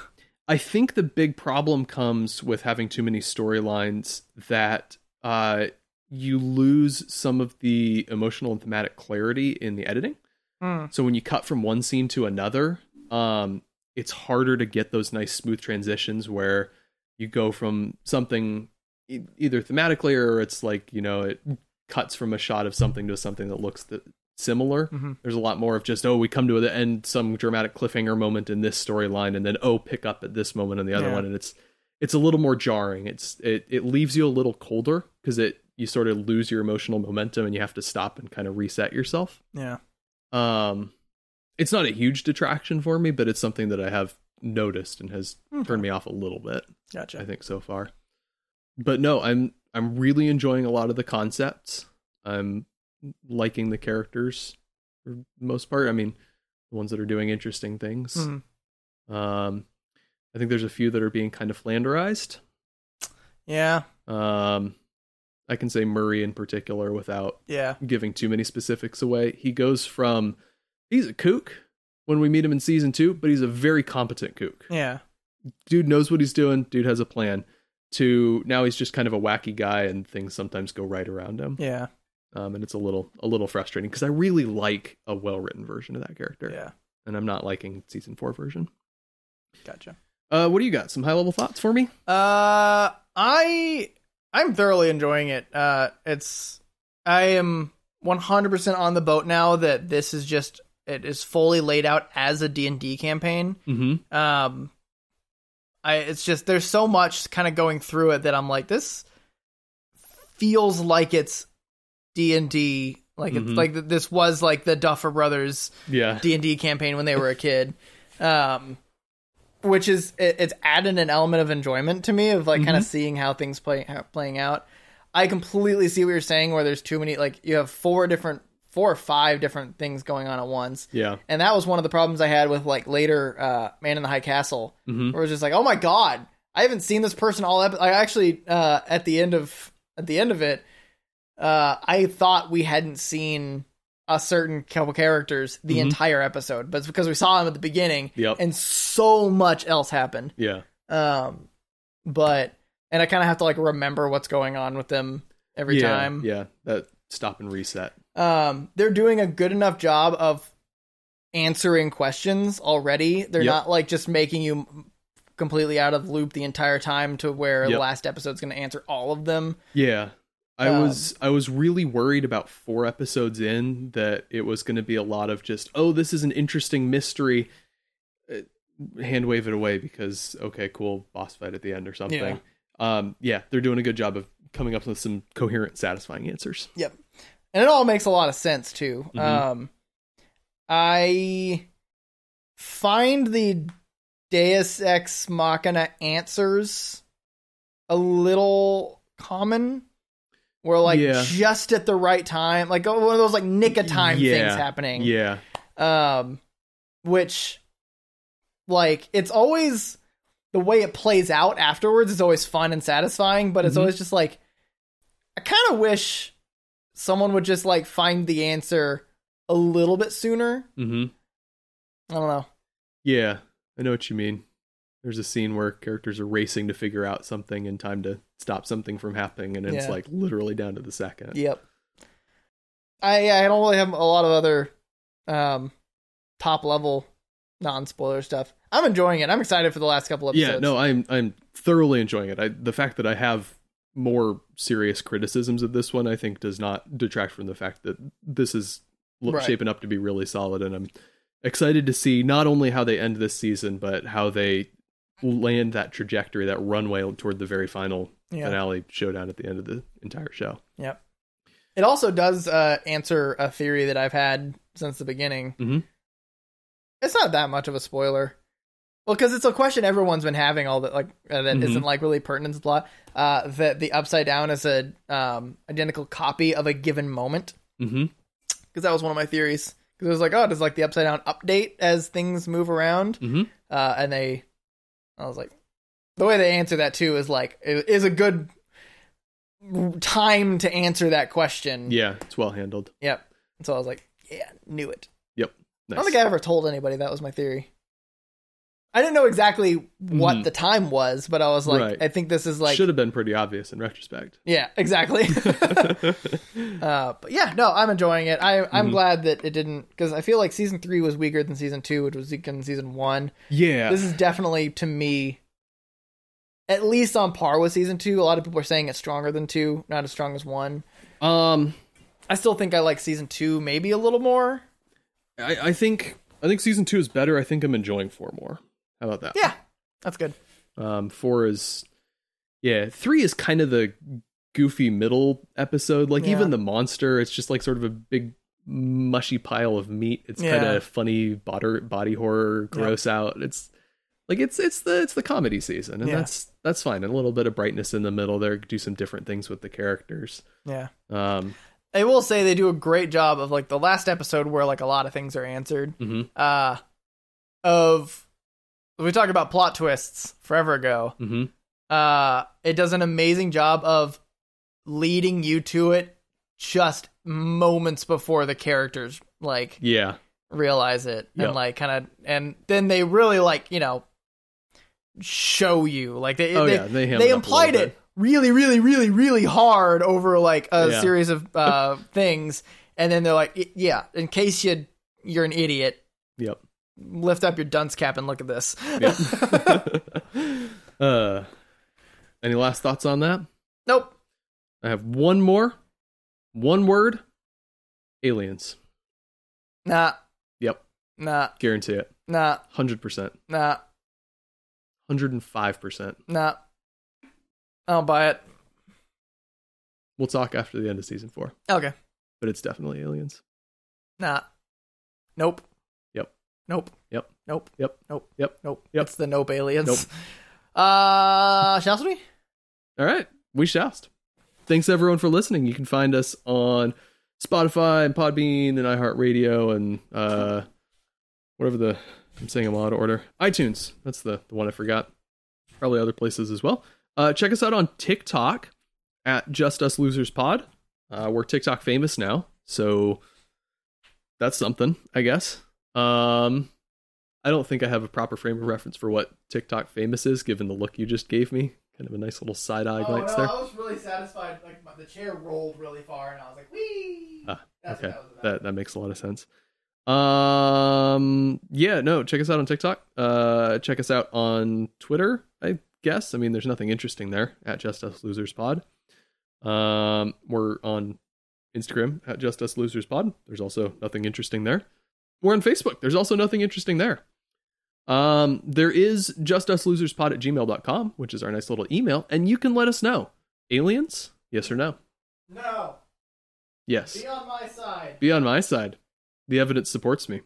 S2: I think the big problem comes with having too many storylines that uh, you lose some of the emotional and thematic clarity in the editing.
S1: Hmm.
S2: So when you cut from one scene to another, um, it's harder to get those nice smooth transitions where you go from something e- either thematically or it's like you know it cuts from a shot of something to something that looks th- similar.
S1: Mhm.
S2: There's a lot more of just oh we come to the end some dramatic cliffhanger moment in this storyline and then oh pick up at this moment and the other
S1: Yeah.
S2: one and it's it's a little more jarring. It's it it leaves you a little colder because it you sort of lose your emotional momentum and you have to stop and kind of reset yourself
S1: yeah
S2: um it's not a huge detraction for me but it's something that i have noticed and has
S1: Okay.
S2: turned me off a little bit
S1: gotcha
S2: i think so far but no i'm i'm really enjoying a lot of the concepts i'm liking the characters for the most part i mean the ones that are doing interesting things
S1: Hmm.
S2: um i think there's a few that are being kind of flanderized
S1: yeah
S2: um i can say murray in particular without
S1: yeah
S2: giving too many specifics away. He goes from he's a kook when we meet him in season two, but he's a very competent kook.
S1: yeah
S2: Dude knows what he's doing. Dude has a plan. To now he's just kind of a wacky guy, and things sometimes go right around him.
S1: yeah
S2: Um, and it's a little a little frustrating because I really like a well written version of that character,
S1: yeah
S2: and I'm not liking season four version.
S1: Gotcha.
S2: Uh, what do you got? Some high level thoughts for me?
S1: Uh, I I'm thoroughly enjoying it. Uh, it's I am 100% on the boat now that this is just it is fully laid out as a D&D campaign.
S2: Mm-hmm.
S1: Um, I it's just there's so much kind of going through it that I'm like this feels like it's D and D. Like it's
S2: Mhm.
S1: like th- this was like the Duffer Brothers
S2: Yeah.
S1: D and D campaign when they were a kid, um, which is it, it's added an element of enjoyment to me of like
S2: Mm-hmm.
S1: kind of seeing how things play how, playing out. I completely see what you're saying. Where there's too many, like you have four different, four or five different things going on at once,
S2: Yeah.
S1: and that was one of the problems I had with like later uh, Man in the High Castle,
S2: Mhm.
S1: where it was just like, oh my god, I haven't seen this person all episode. I actually uh, at the end of at the end of it, uh, I thought we hadn't seen a certain couple characters the entire episode, but it's because we saw them at the beginning,
S2: Mm-hmm. Yep.
S1: and so much else happened.
S2: Yeah.
S1: Um, but and I kind of have to like remember what's going on with them every
S2: yeah.
S1: time.
S2: Yeah. That stop and reset.
S1: um, they're doing a good enough job of answering questions already. They're
S2: Yep.
S1: not like just making you completely out of the loop the entire time to where the
S2: Yep.
S1: last episode's going to answer all of them.
S2: Yeah. I
S1: Um,
S2: was I was really worried about 4 episodes in that it was going to be a lot of just oh this is an interesting mystery uh, hand wave it away because okay cool boss fight at the end or something.
S1: Yeah.
S2: Um yeah, they're doing a good job of coming up with some coherent satisfying answers.
S1: And it all makes a lot of sense too.
S2: Mhm.
S1: Um, I find the Deus Ex Machina answers a little common. Where like
S2: Yeah.
S1: just at the right time, like oh, one of those like nick of time things
S2: Yeah.
S1: happening.
S2: Yeah.
S1: um which like it's always the way it plays out afterwards is always fun and satisfying but it's
S2: Mhm.
S1: always just like i kind of wish someone would just like find the answer a little bit sooner
S2: Mhm.
S1: i don't know
S2: Yeah, I know what you mean. There's a scene where characters are racing to figure out something in time to stop something from happening, and it's
S1: Yeah.
S2: like literally down to the second.
S1: yep i i don't really have a lot of other um top level non spoiler stuff i'm enjoying it i'm excited for the last couple episodes
S2: Yeah, no, I'm I'm thoroughly enjoying it. I, the fact that I have more serious criticisms of this one, I think, does not detract from the fact that this is lo-
S1: Right.
S2: shaping up to be really solid, and I'm excited to see not only how they end this season, but how they land that trajectory, that runway toward the very final
S1: yeah.
S2: finale showdown at the end of the entire show.
S1: It also does uh, answer a theory that I've had since the beginning.
S2: Mhm.
S1: It's not that much of a spoiler. Well, because it's a question everyone's been having all that like uh, that
S2: Mhm.
S1: not like really pertinent to the plot. Uh, that the upside down is a um, identical copy of a given moment.
S2: Mm-hmm.
S1: Because that was one of my theories. Because it was like, oh, does like the upside down update as things move around?
S2: Mm-hmm.
S1: uh, and they i was like the way they answer that too is like it is a good time to answer that question
S2: Yeah, it's well handled.
S1: yep and so i was like yeah knew it
S2: Nice.
S1: i don't think i ever told anybody that was my theory i didn't know exactly what
S2: Mhm.
S1: the time was but i was like
S2: Right.
S1: i think this is like
S2: should have been pretty obvious in retrospect.
S1: yeah exactly uh but yeah no i'm enjoying it i i'm
S2: Mhm.
S1: glad that it didn't because i feel like season three was weaker than season two which was weaker than season one
S2: yeah,
S1: this is definitely to me at least on par with season two a lot of people are saying it's stronger than two not as strong as one
S2: um,
S1: i still think i like season two maybe a little more
S2: I, I think I think season two is better. I think I'm enjoying four more. How about that?
S1: yeah that's good
S2: Um, four is, yeah, three is kind of the goofy middle episode. Like
S1: Yeah.
S2: even the monster, it's just like sort of a big mushy pile of meat. It's
S1: Yeah.
S2: kind of funny body body horror, gross out. It's like it's it's the it's the comedy season, and
S1: Yeah.
S2: that's that's fine. And a little bit of brightness in the middle there. Do some different things with the characters.
S1: yeah
S2: Um,
S1: i will say they do a great job of like the last episode where like a lot of things are answered
S2: mhm,
S1: uh of we talked about plot twists forever ago
S2: mhm.
S1: uh it does an amazing job of leading you to it just moments before the characters like
S2: yeah,
S1: realize it
S2: Yeah.
S1: and like kind of and then they really like you know show you like they
S2: oh
S1: they,
S2: yeah,
S1: they
S2: they hammed up a
S1: implied
S2: little
S1: it really really really really hard over like a
S2: Yeah.
S1: series of uh things and then they're like "Y- yeah in case you you're an idiot
S2: bit. Yep.
S1: lift up your dunce cap and look at this
S2: Yeah. uh, any last thoughts on that?
S1: nope
S2: I have one more, one word: aliens.
S1: nah
S2: Yep,
S1: nah
S2: guarantee it.
S1: nah
S2: Hundred percent,
S1: nah
S2: hundred and five percent.
S1: nah i'll buy it
S2: We'll talk after the end of season four,
S1: Okay.
S2: but it's definitely aliens.
S1: Nah. Nope.
S2: Yep.
S1: Nope.
S2: Yep.
S1: Nope.
S2: Yep.
S1: Nope.
S2: Yep.
S1: Nope.
S2: Yep.
S1: It's the nope aliens.
S2: Nope.
S1: Uh, shall we?
S2: All right, we shoust. Thanks everyone for listening. You can find us on Spotify and Podbean and iHeartRadio and uh, whatever the I'm saying them all out of order. iTunes. That's the the one I forgot. Probably other places as well. Uh, check us out on TikTok at Just Us Losers Pod. Uh, we're TikTok famous now, so that's something, I guess. Um, I don't think I have a proper frame of reference for what TikTok famous is, given the look you just gave me. Kind of a nice little side
S1: Oh,
S2: eye glance there.
S1: was really satisfied. Like the chair rolled really far, and I was like, "Wee!"
S2: Ah, okay, that that makes a lot of sense. Um, yeah, no, check us out on TikTok. Uh, check us out on Twitter. I guess. I mean, there's nothing interesting there at Just Us Losers Pod. Um, we're on Instagram at Just Us Losers Pod. There's also nothing interesting there. We're on Facebook. There's also nothing interesting there. Um, there is Just Us Losers Pod at gmail.com, which is our nice little email, and you can let us know. Aliens? Yes or no?
S1: No,
S2: Yes
S1: on my side.
S2: be on my side. The evidence supports me.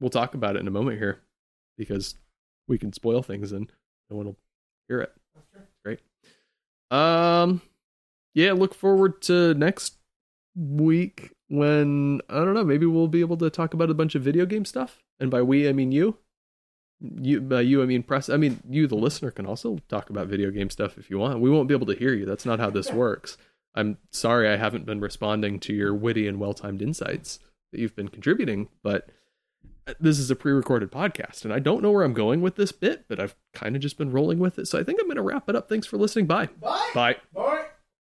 S2: We'll talk about it in a moment here because we can spoil things and no one will hear it. Um yeah, look forward to next week when I don't know, maybe we'll be able to talk about a bunch of video game stuff. And by we I mean you. You by you I mean press I mean you the listener can also talk about video game stuff if you want. We won't be able to hear you. That's not how this works. I'm sorry I haven't been responding to your witty and well-timed insights that you've been contributing, but uh, this is a pre-recorded podcast and I don't know where I'm going with this bit, but I've kind of just been rolling with it. So I think I'm going to wrap it up. Thanks for listening. Bye. Bye.
S1: Bye.